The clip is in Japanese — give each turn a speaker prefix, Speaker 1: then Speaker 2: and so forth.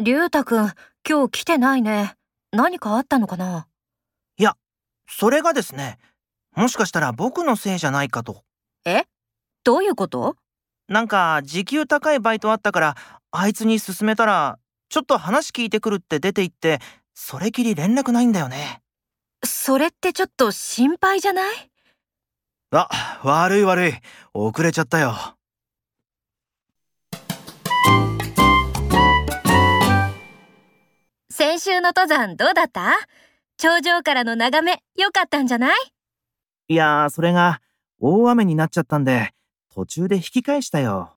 Speaker 1: りゅうたくん、今日来てないね。何かあったのかない
Speaker 2: や、それがですね、もしかしたら僕のせいじゃないかと。
Speaker 1: えどういうこと
Speaker 2: なんか、時給高いバイトあったから、あいつに勧めたら、ちょっと話聞いてくるって出て行って、それきり連絡ないんだよね。
Speaker 1: それってちょっと心配じゃない
Speaker 3: あ、悪い悪い。遅れちゃったよ。
Speaker 1: 先週の登山どうだった頂上からの眺め良かったんじゃない
Speaker 2: いやそれが大雨になっちゃったんで途中で引き返したよ。